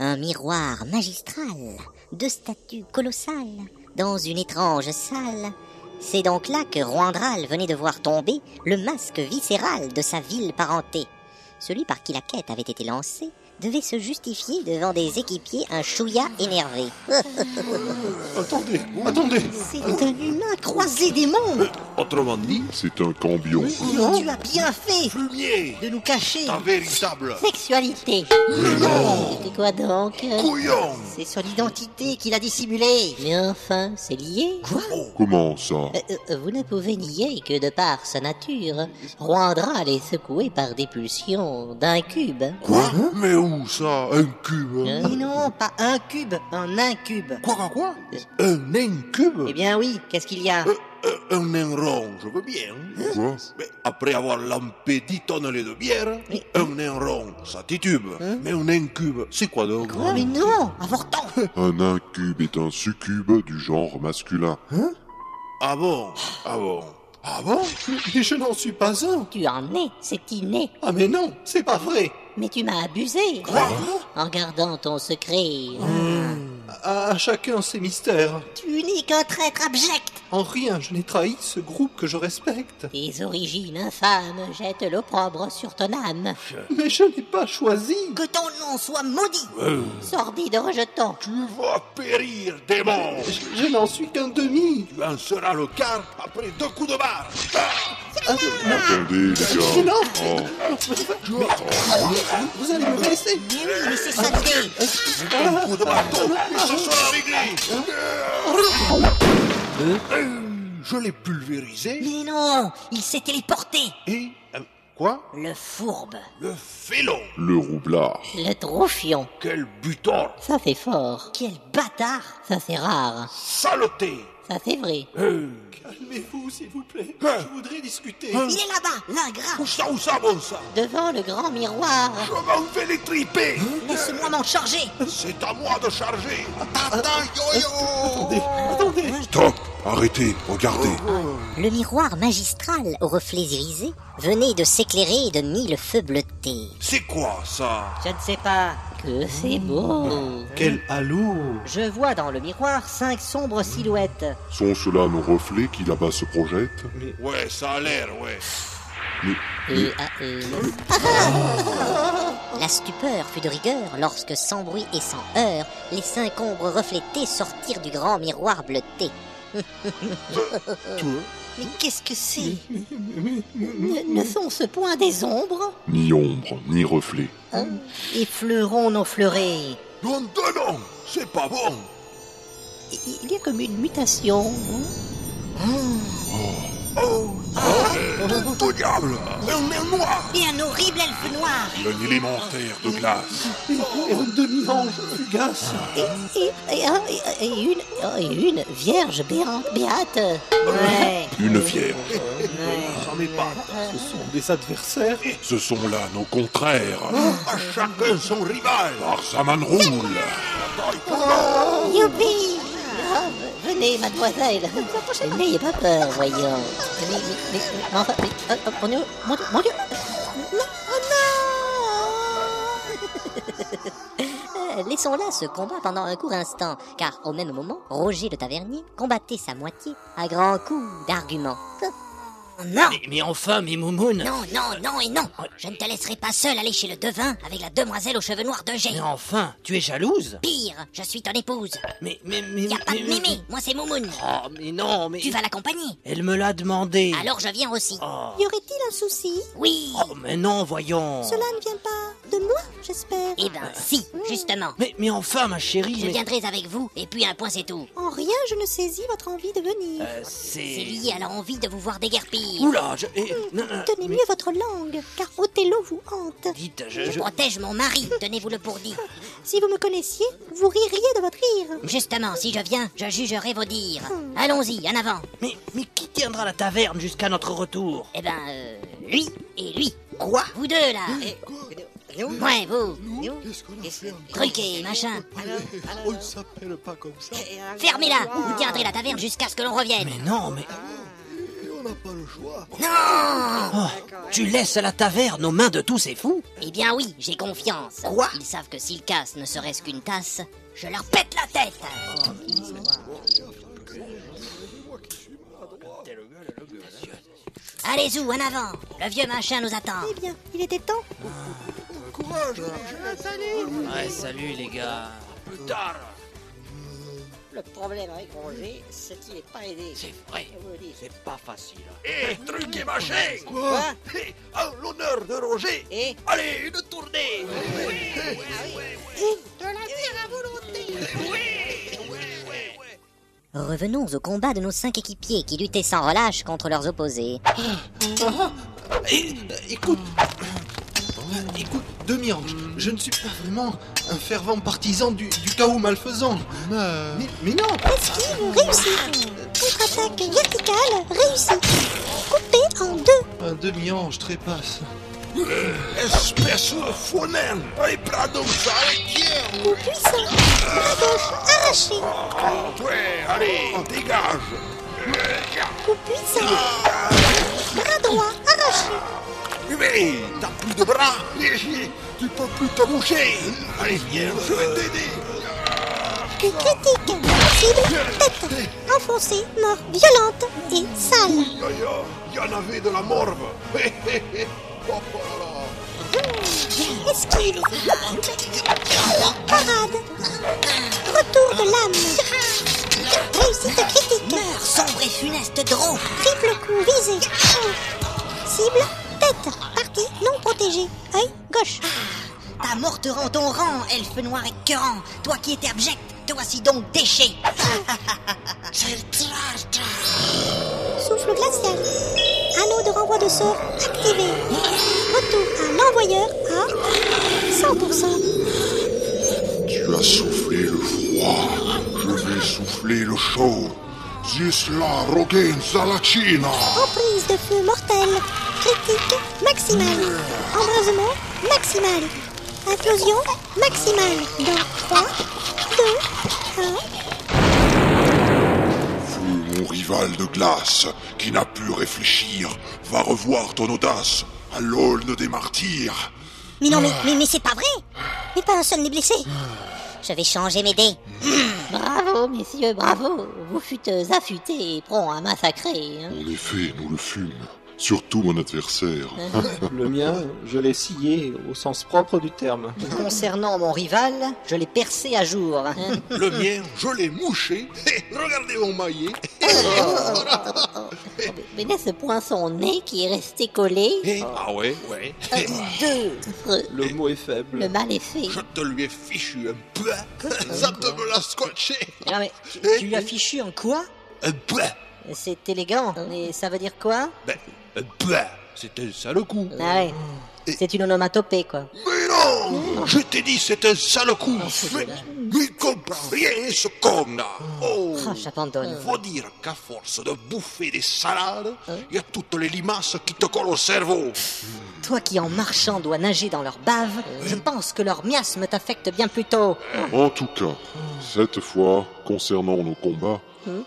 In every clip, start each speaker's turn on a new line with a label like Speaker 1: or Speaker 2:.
Speaker 1: un miroir magistral, deux statues colossales, dans une étrange salle. C'est donc là que Roandral venait de voir tomber le masque viscéral de sa ville parentée. Celui par qui la quête avait été lancée devait se justifier devant des équipiers un chouïa énervé.
Speaker 2: Attendez, attendez
Speaker 3: C'est un humain croisé des mondes
Speaker 2: Autrement dit,
Speaker 4: C'est un cambion.
Speaker 3: Tu as bien fait
Speaker 2: plumier
Speaker 3: de nous cacher
Speaker 2: Un véritable
Speaker 3: Sexualité
Speaker 4: Oh.
Speaker 2: non
Speaker 3: C'est quoi donc
Speaker 1: euh,
Speaker 2: couillon
Speaker 3: C'est son identité qu'il a dissimulée Mais enfin, c'est lié Quoi
Speaker 2: Oh.
Speaker 4: Comment ça
Speaker 3: Euh, euh, Vous ne pouvez nier que de par sa nature, Roandral est secoué par des pulsions d'un cube.
Speaker 4: Quoi Mais où ça Un cube
Speaker 3: Mais non, pas un cube, un incube.
Speaker 2: Quoi, quoi, quoi Un incube
Speaker 3: Eh bien oui, qu'est-ce qu'il y a
Speaker 2: Euh, euh, Un enron, je veux bien.
Speaker 4: Quoi
Speaker 2: Mais après avoir lampé 10 tonnes de bière,
Speaker 3: Mais-
Speaker 2: un enron, ça titube. Mais un incube, c'est quoi donc
Speaker 3: Oh, Hein Mais non, avortant
Speaker 4: Un incube est un succube du genre masculin.
Speaker 2: Ah bon Ah bon Ah bon Mais je n'en suis pas un
Speaker 3: Tu en es, c'est inné.
Speaker 2: Ah mais non, c'est pas vrai
Speaker 3: Mais tu m'as abusé
Speaker 2: Quoi
Speaker 3: en gardant ton secret.
Speaker 2: à, à chacun ses mystères.
Speaker 3: Tu n'es qu'un traître abject
Speaker 2: En rien, je n'ai trahi ce groupe que je respecte.
Speaker 3: Tes origines infâmes jettent l'opprobre sur ton âme.
Speaker 5: Euh.
Speaker 2: Mais je n'ai pas choisi
Speaker 3: Que ton nom soit maudit Sordide rejeton
Speaker 2: Tu vas périr, démon Je, n'en suis qu'un demi Tu en seras le quart après deux coups de barre Ah,
Speaker 4: Attendez, les
Speaker 2: Mais
Speaker 4: gars.
Speaker 2: non
Speaker 4: Oh,
Speaker 2: Vous allez me laisser
Speaker 3: Mais oui, mais c'est saleté
Speaker 2: Un coup de marteau Ce soir à l'église Euh, Je l'ai pulvérisé
Speaker 3: Mais non Il s'est téléporté
Speaker 2: et... euh, Quoi
Speaker 3: Le fourbe
Speaker 2: Le félon
Speaker 4: le roublard.
Speaker 3: Le troufion
Speaker 2: Quel butor
Speaker 3: Ça c'est fort Quel bâtard Ça c'est rare
Speaker 2: Saleté
Speaker 3: Ça c'est vrai
Speaker 2: Calmez-vous, s'il vous plaît.
Speaker 5: Je voudrais discuter.
Speaker 3: Il est là-bas L'ingrat
Speaker 2: Où ça, où ça, bon ça
Speaker 3: Devant le grand miroir
Speaker 2: Je m'en vais les triper
Speaker 3: Laisse-moi m'en charger
Speaker 2: C'est à moi de charger Tata yo-yo
Speaker 4: Stop Arrêtez Regardez
Speaker 1: Le miroir magistral aux reflets irisés venait de s'éclairer de mille feux bleutés.
Speaker 2: C'est quoi, ça
Speaker 3: Je ne sais pas Que c'est beau
Speaker 5: Quel halo
Speaker 3: Je vois dans le miroir cinq sombres silhouettes.
Speaker 4: Sont ceux-là nos reflets qui là-bas se projettent
Speaker 2: Ouais, ça a l'air, ouais.
Speaker 3: Et, ah, euh,
Speaker 1: La stupeur fut de rigueur lorsque, sans bruit et sans heurts, les cinq ombres reflétées sortirent du grand miroir bleuté.
Speaker 3: Mais qu'est-ce que c'est ne, ne sont-ce point des ombres
Speaker 4: Ni ombre, ni reflet.
Speaker 3: Effleurons nos fleurets.
Speaker 2: Non, non, non C'est pas bon
Speaker 3: I- Il y a comme une mutation. hein
Speaker 2: Au diable On est noir
Speaker 3: Et un horrible elfe noir.
Speaker 4: Un élémentaire de glace.
Speaker 5: Et un demi-ange fugace
Speaker 3: Et, et- et un- et- et une, et une vierge béante. Béate. Ouais.
Speaker 4: Une vierge.
Speaker 2: J'en ai pas
Speaker 5: Ce sont des adversaires.
Speaker 4: Ce sont là nos contraires.
Speaker 2: À chacun son rival
Speaker 4: Arsaman roule.
Speaker 3: Youpi Ah, Venez, mademoiselle. N'ayez pas peur, voyons. Mais, mais, mais- mais enfin, mais, oh, oh, mon Dieu, mon Dieu, mon Dieu. Non, oh
Speaker 1: Euh, Laissons là ce combat pendant un court instant, car au même moment, Roger le tavernier combattait sa moitié à grands coups d'arguments. Oh,
Speaker 3: non
Speaker 6: Mais, mais enfin, mes moumounes
Speaker 1: Non, non, non et non Oh, Je ne te laisserai pas seul aller chez le devin avec la demoiselle aux cheveux noirs de G.
Speaker 6: Mais enfin, tu es jalouse
Speaker 1: Pire, je suis ton épouse.
Speaker 6: Mais, mais, mais...
Speaker 1: Y a pas de
Speaker 6: mais-
Speaker 1: mémé, moi c'est Moumoun.
Speaker 6: Oh, mais non, mais...
Speaker 1: Tu vas Ah, l'accompagner.
Speaker 6: Elle me l'a demandé
Speaker 1: Alors je viens aussi.
Speaker 6: Oh.
Speaker 3: Y aurait-il un souci
Speaker 1: Oui.
Speaker 6: Oh, mais non, voyons
Speaker 3: ne vient pas de moi, j'espère.
Speaker 1: Eh ben si, justement.
Speaker 6: mais, mais enfin, ma chérie,
Speaker 1: Je
Speaker 6: mais...
Speaker 1: viendrai avec vous, et puis un point c'est tout.
Speaker 3: En rien, je ne saisis votre envie de venir.
Speaker 6: Euh,
Speaker 1: C'est
Speaker 6: c'est...
Speaker 1: lié Hum, à leur envie de vous voir déguerpir.
Speaker 6: Oula, je... eh, non, non, mais
Speaker 3: votre langue, car Othello vous hante.
Speaker 6: Dites, euh, je...
Speaker 1: Je
Speaker 6: je-
Speaker 1: protège mon mari, tenez-vous le pour dit.
Speaker 3: Si vous me connaissiez, vous ririez de votre rire.
Speaker 1: Justement, si je viens, je jugerai vos dires. Allons-y, en avant.
Speaker 6: Mais, mais qui tiendra la taverne jusqu'à notre retour
Speaker 1: Eh ben, euh, lui et lui.
Speaker 6: Quoi
Speaker 1: Vous deux, là. Ouais, vous.
Speaker 5: Qu'est-ce qu'on a fait encore
Speaker 1: Truqué, machin.
Speaker 5: On ne Oh, s'appelle pas comme ça.
Speaker 1: Fermez-la. Vous tiendrez la taverne jusqu'à ce que l'on revienne.
Speaker 6: Mais non, mais...
Speaker 5: on n'a pas le choix.
Speaker 6: Oh, Tu laisses la taverne aux mains de tous ces fous
Speaker 1: Eh bien oui, j'ai confiance.
Speaker 6: Quoi
Speaker 1: Ils savent que s'ils cassent ne serait-ce qu'une tasse, je leur pète la tête Allez Zou, en avant Le vieux machin nous attend
Speaker 7: Eh bien, il était temps.
Speaker 5: Courage
Speaker 6: Ouais, salut les gars.
Speaker 3: Le problème avec Roger, c'est qu'il est pas aidé.
Speaker 6: C'est vrai,
Speaker 3: Je vous le dis.
Speaker 6: c'est pas facile.
Speaker 2: Hé, truc et machin
Speaker 3: Quoi
Speaker 2: Hé, à l'honneur de Roger
Speaker 3: Et
Speaker 2: Allez, une tournée
Speaker 1: Revenons au combat de nos cinq équipiers qui luttaient sans relâche contre leurs opposés.
Speaker 5: Eh, bah, Écoute, Euh, écoute, demi-ange, je ne suis pas vraiment un fervent partisan du, du chaos malfaisant. Mais, mais non
Speaker 7: Esquive réussie. Contre-attaque verticale réussie. Coupé en deux.
Speaker 5: Un demi-ange trépasse.
Speaker 2: Espèce de fonel Allez, prends donc ça, allez, tiens
Speaker 7: Coup puissant. Bras gauche arraché.
Speaker 2: Ouais, allez, Oh, dégage Eh,
Speaker 7: Coup puissant. Bras droit arraché.
Speaker 2: Mais t'as plus de bras Tu peux plus te boucher Allez, viens, je vais t'aider
Speaker 7: Coup critique. Cible tête. Enfoncée. Mort violente et sale.
Speaker 2: Aïe, aïe, aïe, y'en avait de la morve Eh. Hé, hé, hé. Oh, oh là là.
Speaker 7: Esquive. Parade. Retour de lame. Réussite critique.
Speaker 1: Meurs, sombre et funeste drôle
Speaker 7: Triple coup visé. Cible, tête, partie non protégée. Œil gauche.
Speaker 1: Ta mort te rend ton rang, elfe noir écœurant Toi qui étais abject, te voici donc déchet
Speaker 7: Souffle glacial. Anneau de renvoi de sort activé. Retour à l'envoyeur à 100%.
Speaker 4: Tu as soufflé le froid, je vais souffler le chaud. Zisla Rogaine Salachina
Speaker 7: Emprise de feu mortelle. Critique maximale. Embrasement maximal. Implosion maximale. Dans 3, 2, 1.
Speaker 4: Feu, mon rival de glace, qui n'a pu réfléchir, va revoir ton audace à l'aulne des martyrs.
Speaker 7: Mais non, mais, mais, mais c'est pas vrai. Mais pas un seul n'est blessé.
Speaker 1: Je vais changer mes dés
Speaker 3: bravo, messieurs, bravo. Vous fûtes affûtés et prêts à massacrer. hein.
Speaker 4: En effet, nous le fûmes, surtout mon adversaire.
Speaker 5: Le mien, je l'ai scié au sens propre du terme.
Speaker 3: Concernant mon rival, je l'ai percé à jour.
Speaker 1: Euh,
Speaker 3: hein.
Speaker 2: Le mien, je l'ai mouché Hé, Regardez mon maillet
Speaker 3: Mais n'est-ce point son nez qui est resté collé
Speaker 2: Hé, Ah ouais, ouais
Speaker 3: Deux,
Speaker 5: Le mot est faible.
Speaker 3: le mal est fait.
Speaker 2: Je te lui ai fichu un peu Ça te me l'a scotché
Speaker 3: Non mais, tu, tu lui as fichu un quoi
Speaker 2: Un peu
Speaker 3: C'est élégant, mais ça veut dire quoi
Speaker 2: Ben, un peu C'était ça le coup
Speaker 3: Ah ouais, c'est une onomatopée quoi.
Speaker 2: Mais non Je t'ai dit, c'est un sale coup Mais il comprend rien, ce con là Oh
Speaker 3: Oh, j'abandonne.
Speaker 2: Faut dire qu'à force de bouffer des salades, il y a toutes les limaces qui te collent au cerveau
Speaker 1: Oh.
Speaker 3: Toi qui en marchant dois nager dans leur bave, je pense que leur miasme t'affecte bien plus tôt.
Speaker 4: En tout cas, cette fois, concernant nos combats,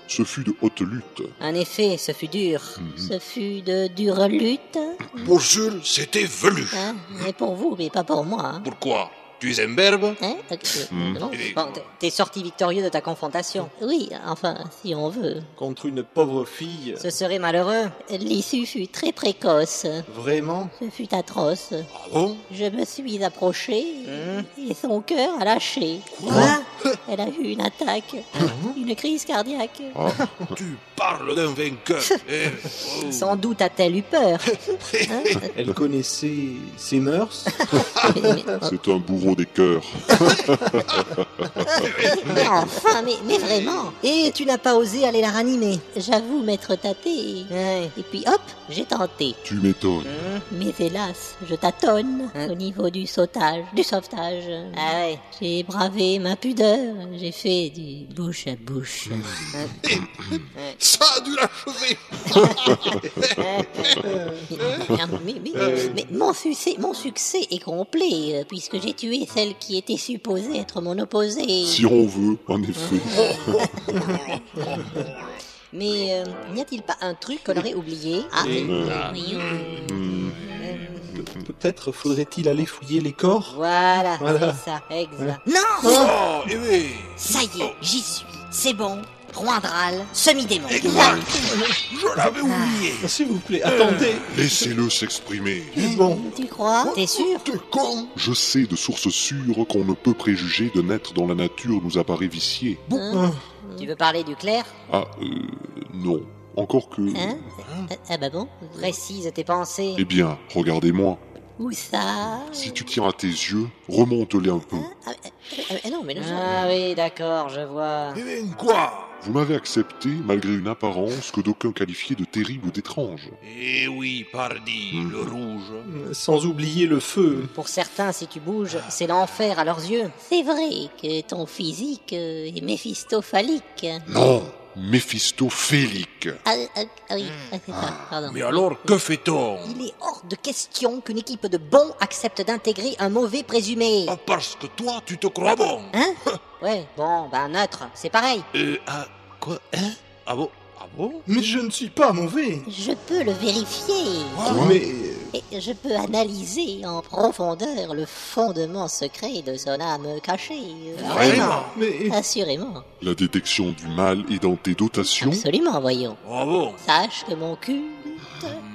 Speaker 4: ce fut de haute lutte.
Speaker 3: En effet, ce fut dur. Ce fut de dure lutte.
Speaker 2: Pour Jules, c'était velu
Speaker 3: Hein mais pour vous, mais pas pour moi. hein.
Speaker 2: Pourquoi Tu es un berbe
Speaker 3: Hein Euh, euh, bon, bon, t'es- T'es sorti victorieux de ta confrontation. Oui, enfin, si on veut.
Speaker 5: Contre une pauvre fille.
Speaker 3: Ce serait malheureux. L'issue fut très précoce.
Speaker 5: Vraiment
Speaker 3: Ce fut atroce.
Speaker 2: Ah bon
Speaker 3: Je me suis approché et son cœur a lâché. Hein
Speaker 2: Quoi
Speaker 3: Elle a eu une attaque, une crise cardiaque.
Speaker 4: Ah,
Speaker 2: Tu parles d'un vainqueur Eh, oh.
Speaker 3: Sans doute a-t-elle eu peur.
Speaker 5: Elle connaissait ses mœurs
Speaker 3: Mais- mais-
Speaker 4: C'est un bourreau des cœurs.
Speaker 3: mais enfin, mais, mais vraiment. Et tu n'as pas osé aller la ranimer. J'avoue m'être tâté. Et puis hop, j'ai tenté.
Speaker 4: Tu m'étonnes.
Speaker 3: Mais hélas, je tâtonne au niveau du sautage, du sauvetage. J'ai bravé ma pudeur, j'ai fait du bouche à bouche.
Speaker 2: Mmh. Ça a dû l'achever
Speaker 3: mais, mais-
Speaker 2: Euh.
Speaker 3: mais mon, succès, mon succès est complet, euh, puisque j'ai tué celle qui était supposée être mon opposée.
Speaker 4: Si on veut, en effet.
Speaker 3: Mais euh, n'y a-t-il pas un truc qu'on aurait oublié
Speaker 1: Ah,
Speaker 5: Et-
Speaker 1: oui,
Speaker 3: Ah.
Speaker 4: Hmm.
Speaker 5: Peut-être faudrait-il aller fouiller les corps
Speaker 3: Voilà,
Speaker 5: Voilà.
Speaker 3: c'est ça, exact.
Speaker 1: Non
Speaker 2: Oh, eh oui
Speaker 1: Ça y est, j'y suis. C'est bon. Roindral, semi-démon.
Speaker 2: Exact Je
Speaker 4: Ah.
Speaker 2: l'avais oublié
Speaker 5: S'il vous plaît, attendez
Speaker 4: Laissez-le s'exprimer.
Speaker 5: Bon,
Speaker 3: Tu crois T'es sûr
Speaker 4: T'es con Je sais de sources sûres qu'on ne peut préjuger de naître dans la nature nous apparaît vicié.
Speaker 3: Hein Tu veux parler du clair
Speaker 4: Ah, euh, non. Encore que...
Speaker 3: Hein Ah, Ah bah bon Précise tes pensées.
Speaker 4: Eh bien, regardez-moi.
Speaker 3: Où ça
Speaker 4: Si tu tires à tes yeux, remonte-les un peu.
Speaker 3: Ah non, mais non. Ah oui, d'accord, je vois.
Speaker 2: Eh bien, quoi
Speaker 4: Vous m'avez accepté malgré une apparence que d'aucuns qualifiaient de terrible ou d'étrange.
Speaker 2: Eh oui, pardi,
Speaker 4: Hmm.
Speaker 2: le rouge.
Speaker 5: sans oublier le feu.
Speaker 3: Pour certains, si tu bouges, c'est l'enfer à leurs yeux. C'est vrai que ton physique euh, est méphistophalique.
Speaker 4: Non Méphistophérique
Speaker 3: Ah, ah, ah euh, oui, pardon.
Speaker 2: Mais alors, que fait-on
Speaker 3: Il est hors de question qu'une équipe de bons accepte d'intégrer un mauvais présumé.
Speaker 2: Ah, Parce que toi, tu te
Speaker 4: Ah
Speaker 2: crois bon
Speaker 3: Hein Ouais, bon, ben neutre, c'est pareil.
Speaker 2: Euh, ah, quoi Hein Ah bon Ah bon
Speaker 5: Mais je ne suis pas mauvais
Speaker 3: Je peux le vérifier.
Speaker 4: Quoi
Speaker 5: Mais...
Speaker 3: Et je peux analyser en profondeur le fondement secret de son âme cachée.
Speaker 2: Vraiment
Speaker 5: Mais...
Speaker 3: Assurément.
Speaker 4: La détection du mal est dans tes dotations
Speaker 3: Absolument, voyons.
Speaker 2: Ah bon
Speaker 3: Sache que mon culte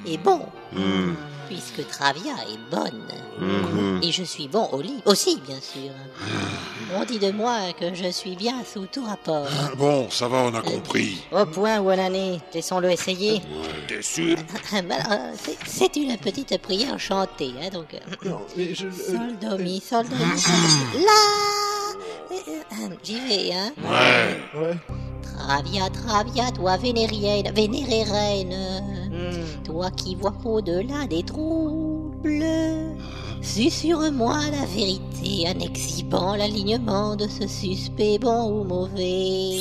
Speaker 3: est bon,
Speaker 4: Hmm.
Speaker 3: puisque Travia est bonne.
Speaker 4: Mhm.
Speaker 3: Et je suis bon au lit aussi, bien sûr. On dit de moi que je suis bien sous tout rapport.
Speaker 4: Ah, Bon, ça va, on a compris.
Speaker 5: Eh,
Speaker 3: Au point où on en est, laissons-le essayer.
Speaker 2: T'es sûr
Speaker 3: Ben, euh, c'est- C'est une petite prière chantée, hein, donc... euh,
Speaker 5: Non, mais je...
Speaker 3: Sol, do, mi, sol, do, mi, sol, do, mi. La... Euh, euh, J'y vais, hein
Speaker 4: Ouais.
Speaker 5: Ouais.
Speaker 3: Travia, travia, toi vénérienne, vénérée reine, toi qui vois au-delà des troubles, susurre-moi la vérité en exhibant l'alignement de ce suspect bon ou mauvais.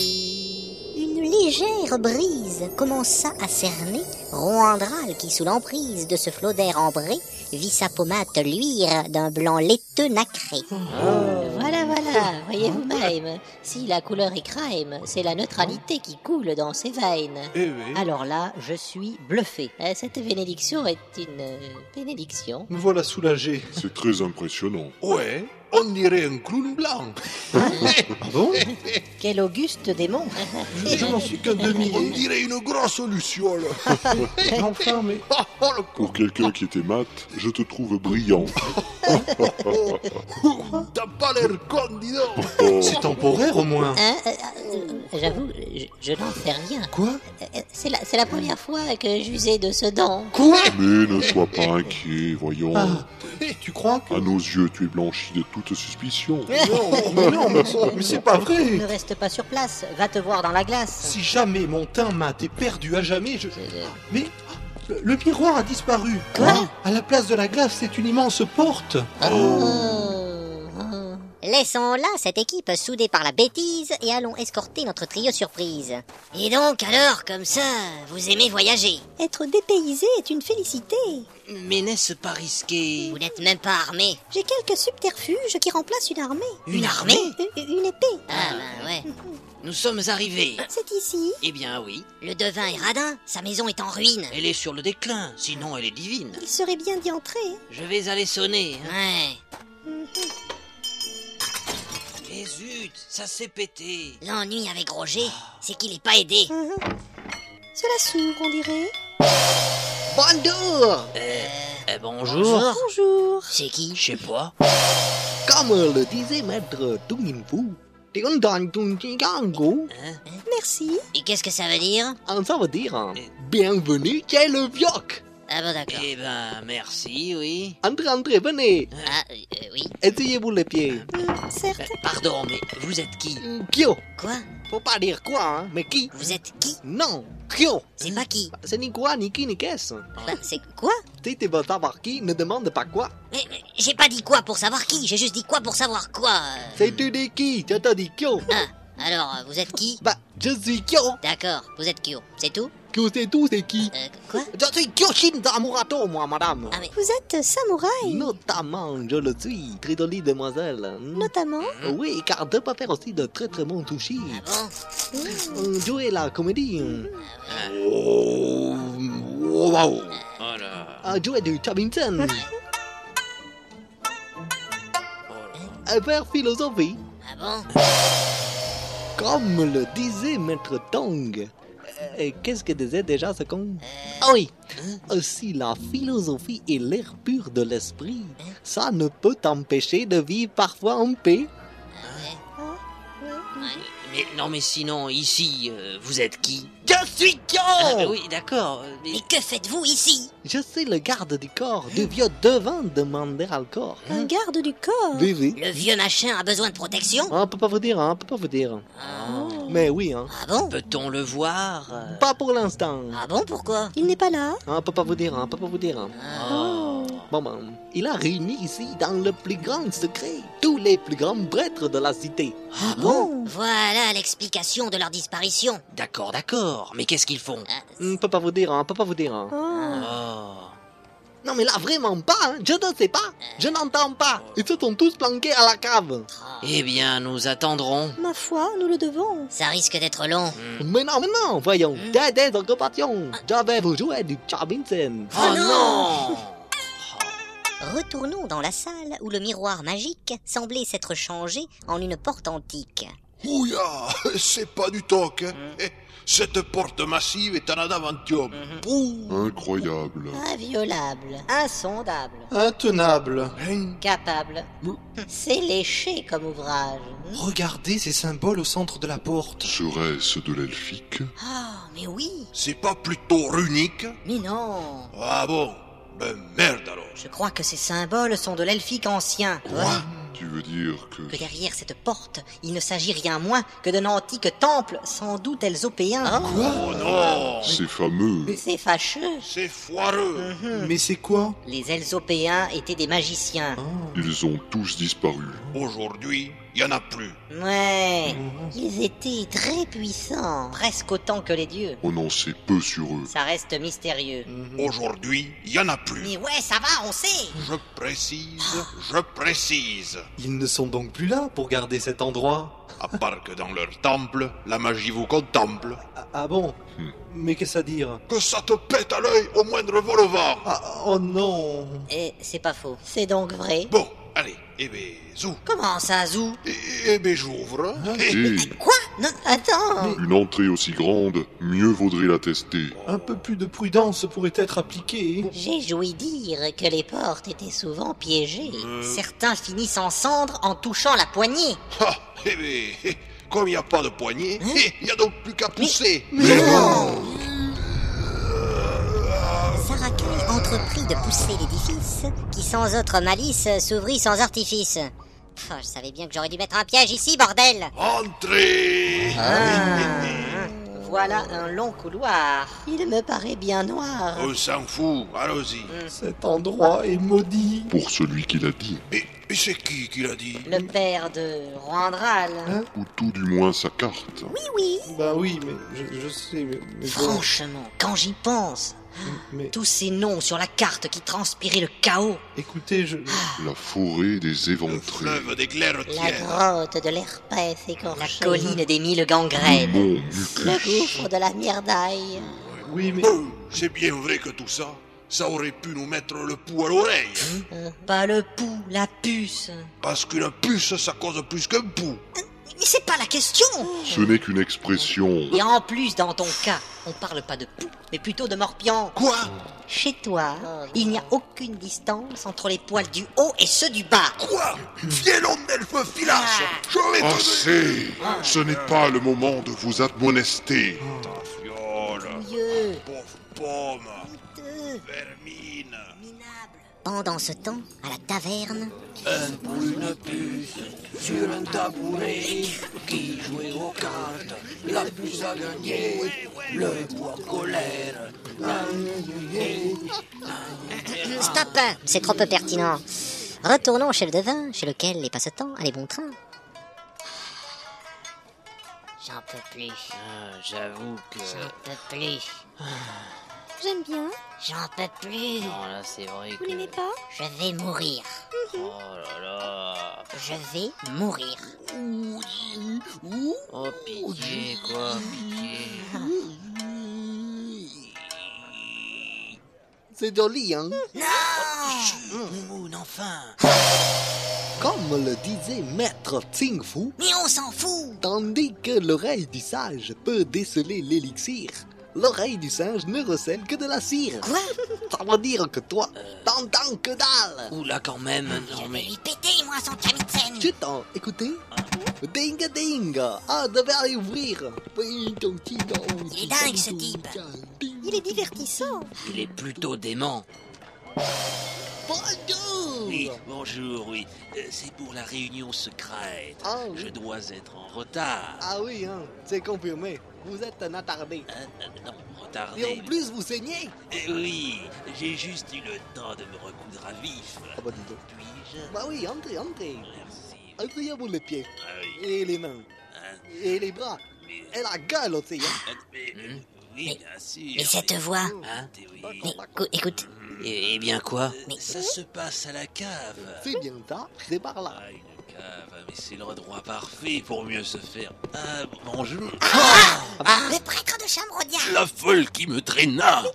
Speaker 7: Une légère brise commença à cerner
Speaker 1: Roandral, qui sous l'emprise de ce flot d'air ambré, vit sa pommade luire d'un blanc laiteux nacré.
Speaker 3: Oh. Voilà, voilà, voyez-vous même, si la couleur est crème, c'est la neutralité qui coule dans ses veines.
Speaker 2: Eh oui.
Speaker 3: Alors là, je suis bluffé. Euh, Cette bénédiction est une euh, bénédiction.
Speaker 5: Me voilà soulagé.
Speaker 4: C'est très impressionnant.
Speaker 2: Ouais, on dirait un clown blanc.
Speaker 5: Ah bon
Speaker 3: Quel auguste démon
Speaker 5: Je n'en suis qu'un
Speaker 2: On
Speaker 5: demi.
Speaker 2: dirait une grosse luciole.
Speaker 5: Enfin, mais...
Speaker 2: Oh, oh, le con.
Speaker 4: Pour quelqu'un qui était mat, je te trouve brillant.
Speaker 5: Ah.
Speaker 2: T'as pas l'air con, dis donc.
Speaker 4: Oh.
Speaker 5: C'est temporaire, au moins
Speaker 3: Hein, euh, euh, J'avoue, je, je n'en sais rien.
Speaker 5: Quoi
Speaker 3: Euh, euh, C'est la, c'est la première fois que j'usais de ce don.
Speaker 5: Quoi
Speaker 4: Mais ne sois pas inquiet, voyons.
Speaker 5: Ah, tu crois que...
Speaker 4: À nos yeux, tu es blanchi de toute suspicion.
Speaker 5: Non, mais non, mais, mais c'est pas vrai
Speaker 3: Ne reste pas sur place, va te voir dans la glace.
Speaker 5: Si jamais mon teint mat est perdu à jamais, je... Mais... Le le miroir a disparu.
Speaker 3: Quoi
Speaker 5: À la place de la glace, c'est une immense porte.
Speaker 3: Oh, oh.
Speaker 1: Laissons là cette équipe soudée par la bêtise et allons escorter notre trio surprise. Et donc alors, comme ça, vous aimez voyager
Speaker 7: Être dépaysé est une félicité.
Speaker 6: Mais n'est-ce pas risqué
Speaker 1: Vous n'êtes même pas armé.
Speaker 7: J'ai quelques subterfuges qui remplacent une armée.
Speaker 6: Une armée
Speaker 7: U- u- Une épée.
Speaker 1: Ah ben ouais.
Speaker 6: Nous sommes arrivés.
Speaker 7: C'est ici.
Speaker 6: Eh bien oui,
Speaker 1: Le devin est radin, sa maison est en ruine.
Speaker 6: elle est sur le déclin, sinon elle est divine.
Speaker 7: Il serait bien d'y entrer.
Speaker 6: Je vais aller sonner. hein.
Speaker 1: Ouais.
Speaker 6: Et Eh zut, ça s'est pété.
Speaker 1: L'ennui avec Roger, c'est qu'il est pas aidé.
Speaker 7: Cela s'ouvre, on dirait.
Speaker 8: Bonjour
Speaker 6: Eh, bonjour.
Speaker 7: Bonjour.
Speaker 1: C'est qui
Speaker 6: Je sais pas.
Speaker 8: Comme le disait maître Tunginfu, Tiondan Tungingangu,
Speaker 7: Merci.
Speaker 1: Et qu'est-ce que ça veut dire
Speaker 8: ça veut dire hein, Bienvenue chez le Vioc
Speaker 1: Ah bon d'accord.
Speaker 6: Eh ben, merci, oui.
Speaker 8: Entrez, entrez, venez
Speaker 1: Ah euh, euh, oui.
Speaker 8: Essayez-vous les pieds
Speaker 7: Certes.
Speaker 6: Pardon, mais vous êtes qui
Speaker 8: Hum, Kyo
Speaker 1: Quoi
Speaker 8: Faut pas dire quoi, hein, mais qui
Speaker 1: Vous êtes qui
Speaker 8: Non, Kyo
Speaker 1: C'est pas qui
Speaker 8: C'est ni quoi, ni qui, ni qu'est-ce
Speaker 1: Bah, C'est quoi
Speaker 8: Si tu veux savoir qui, ne demande pas quoi
Speaker 1: Mais, mais j'ai pas dit quoi pour savoir qui, j'ai juste dit quoi pour savoir quoi. euh.
Speaker 8: C'est tu dis qui, je te dis Kyo
Speaker 1: Ah, alors euh, vous êtes qui
Speaker 8: Bah, je suis Kyo
Speaker 1: D'accord, vous êtes Kyo, c'est tout
Speaker 8: que vous êtes tous et qui
Speaker 1: Euh, quoi
Speaker 8: Je suis Kyoshin Damurato, moi, madame.
Speaker 1: Ah mais...
Speaker 7: Vous êtes samouraï,
Speaker 8: Notamment, je le suis, très jolie demoiselle.
Speaker 7: notamment.
Speaker 8: Oui, car deux pas faire aussi de très très bons touchis.
Speaker 1: Bon,
Speaker 8: Euh, Jouer la comédie. hein.
Speaker 5: Oh, oh, waouh.
Speaker 8: à jouer du badminton. À faire philosophie.
Speaker 1: ah bon
Speaker 8: Comme le disait Maître Tong. Euh, Qu'est-ce que disait déjà ce con Ah oui
Speaker 1: Hein
Speaker 8: Euh, Si la philosophie est l'air pur de l'esprit, ça ne peut t'empêcher de vivre parfois en paix.
Speaker 6: Mais non, mais sinon, ici, euh, vous êtes qui
Speaker 8: Je suis
Speaker 6: Ah, bah
Speaker 8: Kyo
Speaker 6: Oui, d'accord. euh, Mais...
Speaker 1: Mais que faites-vous ici
Speaker 8: Je suis le garde du corps, du vieux devant demander à le corps.
Speaker 7: Un garde du
Speaker 1: Ah.
Speaker 7: corps.
Speaker 8: Oui, oui.
Speaker 1: Le vieux machin a besoin de protection
Speaker 8: On peut pas vous dire, hein, on peut pas vous dire. Mais oui, hein.
Speaker 1: Ah bon
Speaker 6: Peut-on le voir euh,
Speaker 8: Pas pour l'instant.
Speaker 1: Ah bon, pourquoi
Speaker 7: Il n'est pas là.
Speaker 8: On peut pas Hein, vous dire, on peut pas vous dire.
Speaker 5: Ah.
Speaker 8: Bon, ben, il a réuni ici, dans le plus grand secret, tous les plus grands prêtres de la cité.
Speaker 1: Ah bon Voilà l'explication de leur disparition.
Speaker 6: D'accord, d'accord. Mais qu'est-ce qu'ils font
Speaker 1: Ah,
Speaker 8: On peut pas Hmm, vous dire, on peut pas vous dire. hein.
Speaker 6: Oh.
Speaker 8: Non, mais là, vraiment pas, hein. je ne sais pas, je n'entends pas. Ils se sont tous planqués à la cave.
Speaker 6: Eh bien, nous attendrons.
Speaker 7: Ma foi, nous le devons.
Speaker 1: ça risque d'être long.
Speaker 5: Hmm.
Speaker 8: Mais non, mais non, voyons, des des occupations. Je vais vous jouer du badminton.
Speaker 5: Ah,
Speaker 6: Oh, non
Speaker 1: Retournons dans la salle où le miroir magique semblait s'être changé en une porte antique.
Speaker 2: Ouya, c'est pas du toc. hein. Eh, Cette porte massive est un adamantium. Pouh,
Speaker 4: Incroyable.
Speaker 3: Inviolable, insondable,
Speaker 5: Intenable.
Speaker 2: hein.
Speaker 3: capable. C'est léché comme ouvrage.
Speaker 5: Regardez ces symboles au centre de la porte.
Speaker 4: Serait-ce de l'elfique
Speaker 3: Ah, mais oui,
Speaker 2: C'est pas plutôt runique
Speaker 3: mais non.
Speaker 2: Ah bon Ben merde alors.
Speaker 3: Je crois que ces symboles sont de l'elfique ancien.
Speaker 4: Quoi Tu veux dire que...
Speaker 3: Que derrière cette porte, il ne s'agit rien moins que d'un antique temple, sans doute elzopéen.
Speaker 2: Oh non
Speaker 4: C'est fameux.
Speaker 3: C'est fâcheux.
Speaker 2: C'est foireux.
Speaker 8: Hmm.
Speaker 5: Mais c'est quoi
Speaker 3: Les elzopéens étaient des magiciens.
Speaker 4: Ils ont tous disparu.
Speaker 2: Aujourd'hui, il y en a plus.
Speaker 3: Ouais, ils étaient très puissants, presque autant que les dieux.
Speaker 4: On en sait peu sur eux.
Speaker 3: Ça reste mystérieux.
Speaker 2: Aujourd'hui, il y en a plus.
Speaker 3: Mais ouais, ça va, on sait.
Speaker 2: Je précise, je précise.
Speaker 5: Ils ne sont donc plus là pour garder cet endroit.
Speaker 2: À part que dans leur temple, la magie vous contemple.
Speaker 5: Ah, ah bon
Speaker 4: Hmm.
Speaker 5: Mais qu'est-ce à dire
Speaker 2: Que ça te pète à l'œil au moindre vol au vent.
Speaker 5: Ah, oh non
Speaker 3: Et c'est pas faux. C'est donc vrai.
Speaker 2: Bon, allez, eh ben, zou.
Speaker 3: Comment ça, Zou
Speaker 2: Eh, eh ben, j'ouvre. Eh,
Speaker 4: Et
Speaker 3: Quoi Non, attends.
Speaker 4: une entrée aussi grande, mieux vaudrait la tester.
Speaker 5: Un peu plus de prudence pourrait être appliquée.
Speaker 3: J'ai joui dire que les portes étaient souvent piégées. Certains finissent en cendres en touchant la poignée.
Speaker 2: ah, eh ben, eh, comme il n'y a pas de poignée, eh, il n'y a donc plus qu'à pousser. Eh,
Speaker 1: Sarakai entreprit de pousser l'édifice, qui sans autre malice s'ouvrit sans artifice. Pff, je savais bien que j'aurais dû mettre un piège ici, bordel
Speaker 2: Entrez Eh,
Speaker 3: Voilà un long couloir. Il me paraît bien noir.
Speaker 2: On s'en fout, allons-y.
Speaker 8: Hein.
Speaker 5: Cet endroit est maudit.
Speaker 4: Pour celui qui l'a dit,
Speaker 2: Mais, mais c'est qui qui l'a dit
Speaker 3: Le père de Randral.
Speaker 4: ou tout du moins sa carte.
Speaker 5: Bah oui, mais je, je sais, mais, mais bon,
Speaker 3: Franchement, quand j'y pense,
Speaker 5: mais
Speaker 3: tous ces noms sur la carte qui transpiraient le chaos.
Speaker 5: écoutez, je...
Speaker 4: La forêt des
Speaker 2: Le
Speaker 4: éventrés.
Speaker 2: fleuve d'éclair
Speaker 3: La
Speaker 2: tiers.
Speaker 3: grotte de l'herpès écorché. La colline des mille gangrènes.
Speaker 4: Bon,
Speaker 3: Le gouffre de la myrdaille.
Speaker 5: Oui, mais...
Speaker 2: Bouh, C'est bien vrai que tout ça, ça aurait pu nous mettre le pouls à l'oreille.
Speaker 3: Pas le pou, la puce.
Speaker 2: Parce qu'une puce, ça cause plus qu'un pouls.
Speaker 3: Mais c'est pas la question
Speaker 4: ce n'est qu'une expression.
Speaker 3: Et en plus, dans ton cas, on parle pas de pou, mais plutôt de morpion. Ah.
Speaker 2: Quoi
Speaker 3: Chez toi, il n'y a aucune distance entre les poils du haut et ceux du bas.
Speaker 2: Quoi Violon d'elfe filasse Je vais te
Speaker 4: Assez Ce n'est pas le moment de vous admonester.
Speaker 2: Fiole,
Speaker 3: Dieu,
Speaker 2: pauvre pomme, vermine.
Speaker 3: minable.
Speaker 1: Pendant ce temps, à la taverne, Stop C'est trop peu pertinent. Retournons au chef de vin, chez lequel les passe-temps allaient bon train. J'en peux plus.
Speaker 6: Ah, J'avoue que.
Speaker 1: J'en peux plus.
Speaker 9: Ah. J'aime bien.
Speaker 1: J'en peux plus.
Speaker 6: Non, oh là, c'est vrai
Speaker 9: Vous l'aimez
Speaker 6: que.
Speaker 9: pas
Speaker 1: Je vais mourir.
Speaker 9: Mhm.
Speaker 6: Oh là là.
Speaker 1: Je vais mourir.
Speaker 6: Oh, pitié, quoi, pitié.
Speaker 8: C'est joli, hein Oh.
Speaker 6: Moon, enfin.
Speaker 8: Comme le disait Maître Ting Fu,
Speaker 1: Mais on s'en fout.
Speaker 8: tandis que l'oreille du sage peut déceler l'élixir, l'oreille du singe ne recèle que de la cire.
Speaker 1: Quoi
Speaker 8: Ça veut dire que toi, t'entends que dalle
Speaker 6: Oula, quand même. Non, mais.
Speaker 1: Il pétait, moi, son kamikaze.
Speaker 8: Je t'en, écoutez Ding ding Ah, devait ouvrir
Speaker 1: Il
Speaker 8: Il
Speaker 1: est dingue, ce type.
Speaker 9: Il est divertissant.
Speaker 6: Il est plutôt dément.
Speaker 8: Bonjour
Speaker 2: Oui, bonjour, oui. Euh, c'est pour la réunion secrète.
Speaker 8: Ah oui.
Speaker 2: Je dois être en retard.
Speaker 8: Ah oui, hein, c'est confirmé. Vous êtes un attardé.
Speaker 2: Hein, euh, non,
Speaker 8: Et
Speaker 2: retardé.
Speaker 8: en plus, vous saignez
Speaker 2: Eh oui, j'ai juste eu le temps de me recoudre à vif.
Speaker 8: Ah bah dis donc.
Speaker 2: Puis-je
Speaker 8: Bah oui, entrez, entrez.
Speaker 2: Merci.
Speaker 8: Essayez-vous les pieds,
Speaker 2: Ah oui,
Speaker 8: et les mains,
Speaker 2: hein,
Speaker 8: et les bras,
Speaker 2: mais...
Speaker 8: et la gueule aussi, hein.
Speaker 2: euh, mais- Oui, bien sûr.
Speaker 1: Mais cette voix.
Speaker 2: Hein, eh oui.
Speaker 1: Mais écou- écoute,
Speaker 6: Eh eh bien, quoi
Speaker 2: Euh, Ça se passe à la cave.
Speaker 8: C'est bien ça, c'est par là.
Speaker 2: Ah, une cave, mais c'est l'endroit parfait pour mieux se faire. Ah, bonjour.
Speaker 1: le prêtre de Chamrodia.
Speaker 2: La folle qui me traîna. Oh,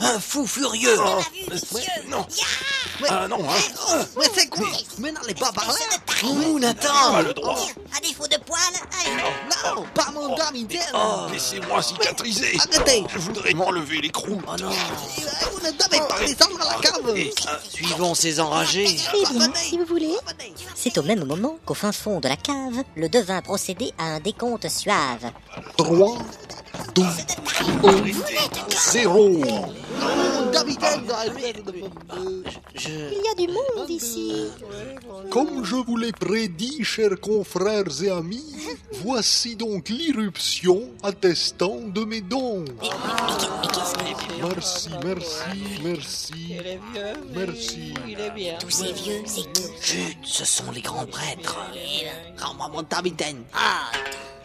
Speaker 6: Un fou furieux
Speaker 1: On l'a vu, vicieux.
Speaker 2: Non.
Speaker 1: Ya,
Speaker 2: Ah non, hein. Ah,
Speaker 8: Mais c'est quoi Mais n'allez pas par
Speaker 1: espèce
Speaker 8: là
Speaker 1: de taré.
Speaker 6: Moon, attends
Speaker 2: pas le droit.
Speaker 1: À défaut de poils, allez.
Speaker 8: Non, pas mon dame interne
Speaker 2: Oh,
Speaker 1: Oh.
Speaker 2: Laissez-moi cicatriser
Speaker 1: Ah.
Speaker 8: Arrêtez
Speaker 2: Je voudrais m'enlever les croûtes
Speaker 6: Oh non
Speaker 8: Vous ne devez pas descendre à la cave
Speaker 2: Et, ah,
Speaker 6: Suivons ces enragés
Speaker 9: Eh bien, si vous voulez.
Speaker 7: C'est au même moment qu'au fin fond de la cave, le devin procédait à un décompte suave.
Speaker 10: 3, 2, 0.
Speaker 8: Mon dame interne euh,
Speaker 6: Je.
Speaker 9: Il y a du monde ici.
Speaker 10: Comme je vous l'ai prédit, chers confrères et amis, voici donc l'irruption attestant de mes dons. Merci, merci, merci,
Speaker 1: est vieux,
Speaker 10: merci.
Speaker 1: est bien. Tous ces vieux, c'est qui
Speaker 2: ah,
Speaker 6: Chut, ce sont les grands prêtres
Speaker 8: Rends-moi mon dame interne
Speaker 6: Ah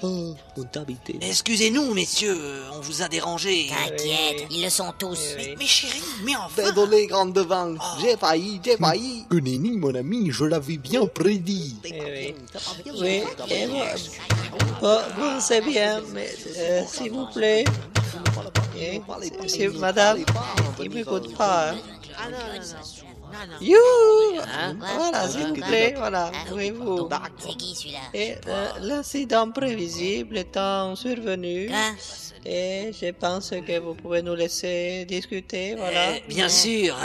Speaker 8: Oh, Mon dame interne
Speaker 6: Excusez-nous, messieurs, euh, on vous a dérangé
Speaker 1: T'inquiète, ils le sont tous.
Speaker 2: Euh,
Speaker 6: Mais, mais chérie, mais enfin
Speaker 8: Désolé, grande devant, j'ai failli, j'ai failli
Speaker 10: Que nenni, mon ami, je l'avais bien prédit.
Speaker 8: Oui,
Speaker 11: Bon, bon, c'est bien, mais euh, s'il vous plaît, eh, monsieur, madame, il m'écoute pas. Hein.
Speaker 3: Ah
Speaker 11: Youhou Voilà,
Speaker 3: ah,
Speaker 11: s'il vous plaît, voilà, pouvez-vous.
Speaker 1: Ah C'est qui celui-là
Speaker 11: Et euh, l'incident prévisible étant survenu,
Speaker 1: Hein
Speaker 11: et je pense que vous pouvez nous laisser discuter, voilà.
Speaker 6: Euh, Bien sûr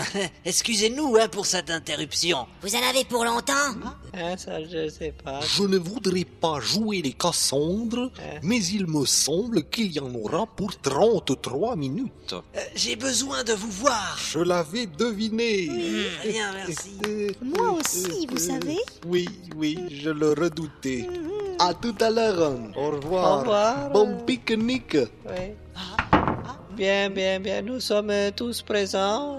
Speaker 6: Excusez-nous hein, pour cette interruption
Speaker 1: Vous en avez pour longtemps
Speaker 11: Hein, ça, je sais pas.
Speaker 10: Je ne voudrais pas jouer les Cassandres, mais il me semble qu'il y en aura pour 33 minutes.
Speaker 6: Euh, J'ai besoin de vous voir
Speaker 10: Je l'avais deviné.
Speaker 6: Très Bien, merci
Speaker 10: Euh,
Speaker 9: Moi aussi, vous savez.
Speaker 10: Oui, oui, je le redoutais.
Speaker 8: à tout à l'heure
Speaker 10: Au
Speaker 11: Mm. Au
Speaker 10: revoir.
Speaker 11: revoir.
Speaker 8: Bon pique-nique
Speaker 11: Oui. Bien, bien, bien, nous sommes tous présents.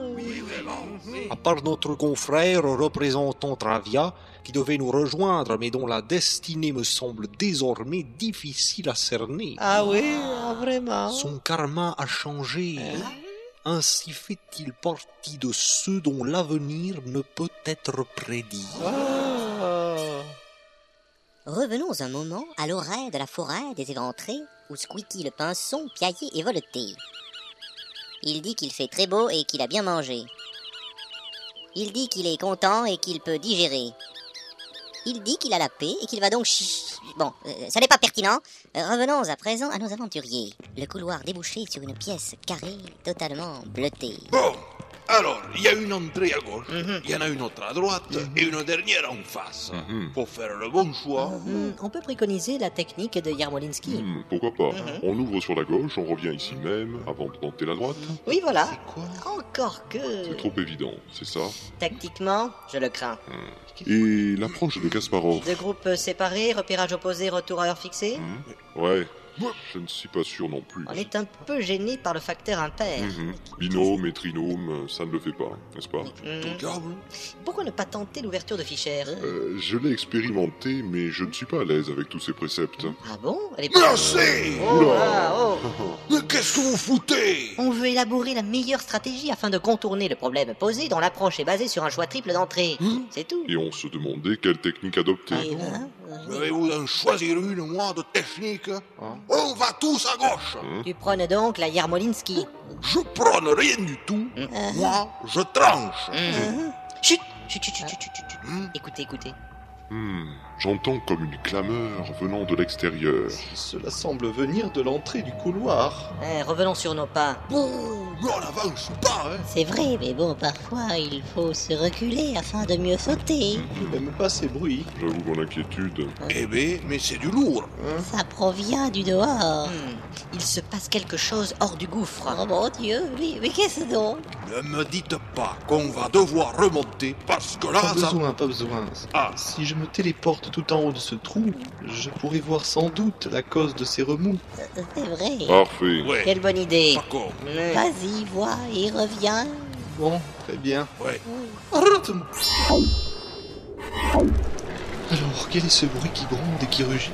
Speaker 10: À part notre confrère représentant Travia, qui devait nous rejoindre, mais dont la destinée me semble désormais difficile à cerner.
Speaker 11: Ah oui, ah, Eh. vraiment.
Speaker 10: Son karma a changé. Ainsi fait-il partie de ceux dont l'avenir ne peut être prédit.
Speaker 11: Oh.
Speaker 7: Revenons un moment à l'oreille de la forêt des éventrés où Squeaky le pinson piaillait et voletait. Il dit qu'il fait très beau et qu'il a bien mangé. Il dit qu'il est content et qu'il peut digérer. Il dit qu'il a la paix et qu'il va donc chi... Bon, euh, ça n'est pas pertinent. Euh, Revenons à présent à nos aventuriers. Le couloir débouchait sur une pièce carrée totalement bleutée.
Speaker 12: Bon, alors, il y a une entrée à gauche, il y en a une autre à droite et une dernière en face.
Speaker 4: Mhm.
Speaker 12: Pour faire le bon choix,
Speaker 3: hmm,
Speaker 11: hmm.
Speaker 7: on peut préconiser la technique de Yarmolinski.
Speaker 4: Hmm, pourquoi pas On ouvre sur la gauche, on revient ici même, avant de tenter la droite.
Speaker 11: Oui, voilà.
Speaker 6: Encore que...
Speaker 4: C'est trop évident, c'est ça
Speaker 6: Tactiquement, je le crains.
Speaker 4: Et l'approche de Kasparov Hmm
Speaker 6: Deux groupes séparés, repérage opposé, retour à heure fixée
Speaker 4: Ouais, Je ne suis pas sûr non plus.
Speaker 3: On est un peu gêné par le facteur impair.
Speaker 11: Mm-hmm.
Speaker 4: Mhm. Binôme et trinôme, ça ne le fait pas, n'est-ce pas
Speaker 3: Mhm. Pourquoi ne pas tenter l'ouverture de E? Fischer
Speaker 4: Euh, Je l'ai expérimenté, mais je ne suis pas à l'aise avec tous ces préceptes.
Speaker 3: Ah bon Elle est
Speaker 2: Merci
Speaker 3: Oh,
Speaker 4: Oula.
Speaker 3: ah, oh.
Speaker 2: Mais qu'est-ce que vous foutez
Speaker 3: On veut élaborer la meilleure stratégie afin de contourner le problème posé dont l'approche est basée sur un choix triple d'entrée. C'est tout.
Speaker 4: Et on se demandait quelle technique adopter.
Speaker 2: Je vais vous en choisir une, moi, de technique.
Speaker 8: Ah.
Speaker 2: On va tous à gauche.
Speaker 3: Tu prônes donc la Yarmolinski.
Speaker 2: Je prône rien du tout.
Speaker 8: Ah.
Speaker 2: Moi, je tranche.
Speaker 3: Hein. Chut, chut, chut, chut, chut, chut, chut. Écoutez, écoutez.
Speaker 4: Hmm, J'entends comme une clameur venant de l'extérieur.
Speaker 8: Cela semble venir de l'entrée du couloir.
Speaker 3: Eh, revenons sur nos pas.
Speaker 2: on avance pas, hein
Speaker 7: C'est vrai, mais bon, parfois il faut se reculer afin de mieux sauter.
Speaker 8: Même pas ces bruits.
Speaker 4: J'avoue mon inquiétude.
Speaker 8: Ah.
Speaker 2: Eh ben, mais c'est du lourd.
Speaker 7: Ça provient du dehors.
Speaker 3: Hmm. Il se passe quelque chose hors du gouffre.
Speaker 7: Oh mon dieu, mais, mais qu'est-ce donc
Speaker 2: Ne me dites pas qu'on va devoir remonter parce que là,
Speaker 8: Pas
Speaker 2: ça...
Speaker 8: besoin, pas besoin.
Speaker 2: Ah.
Speaker 8: Si je me téléporte tout en haut de ce trou, je pourrais voir sans doute la cause de ces remous.
Speaker 7: C'est vrai.
Speaker 4: Parfait.
Speaker 2: Ouais.
Speaker 3: Quelle bonne idée.
Speaker 2: Pas con.
Speaker 3: Mm.
Speaker 7: Vas-y, vois et reviens.
Speaker 8: Bon, très bien.
Speaker 2: Ouais.
Speaker 8: Arrête-moi Alors, quel est ce bruit qui gronde et qui rugit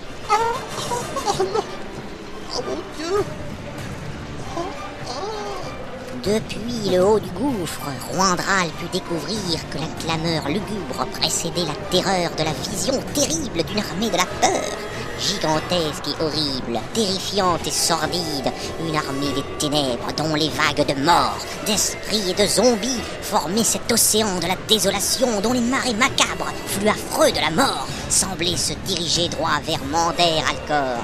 Speaker 1: Depuis le haut du gouffre, Roandral put découvrir que la clameur lugubre précédait la terreur de la vision terrible d'une armée de la peur. Gigantesque et horrible, terrifiante et sordide, une armée des ténèbres dont les vagues de morts, d'esprits et de zombies formaient cet océan de la désolation dont les marées macabres, flux affreux de la mort, semblaient se diriger droit vers Mandaire Alcor.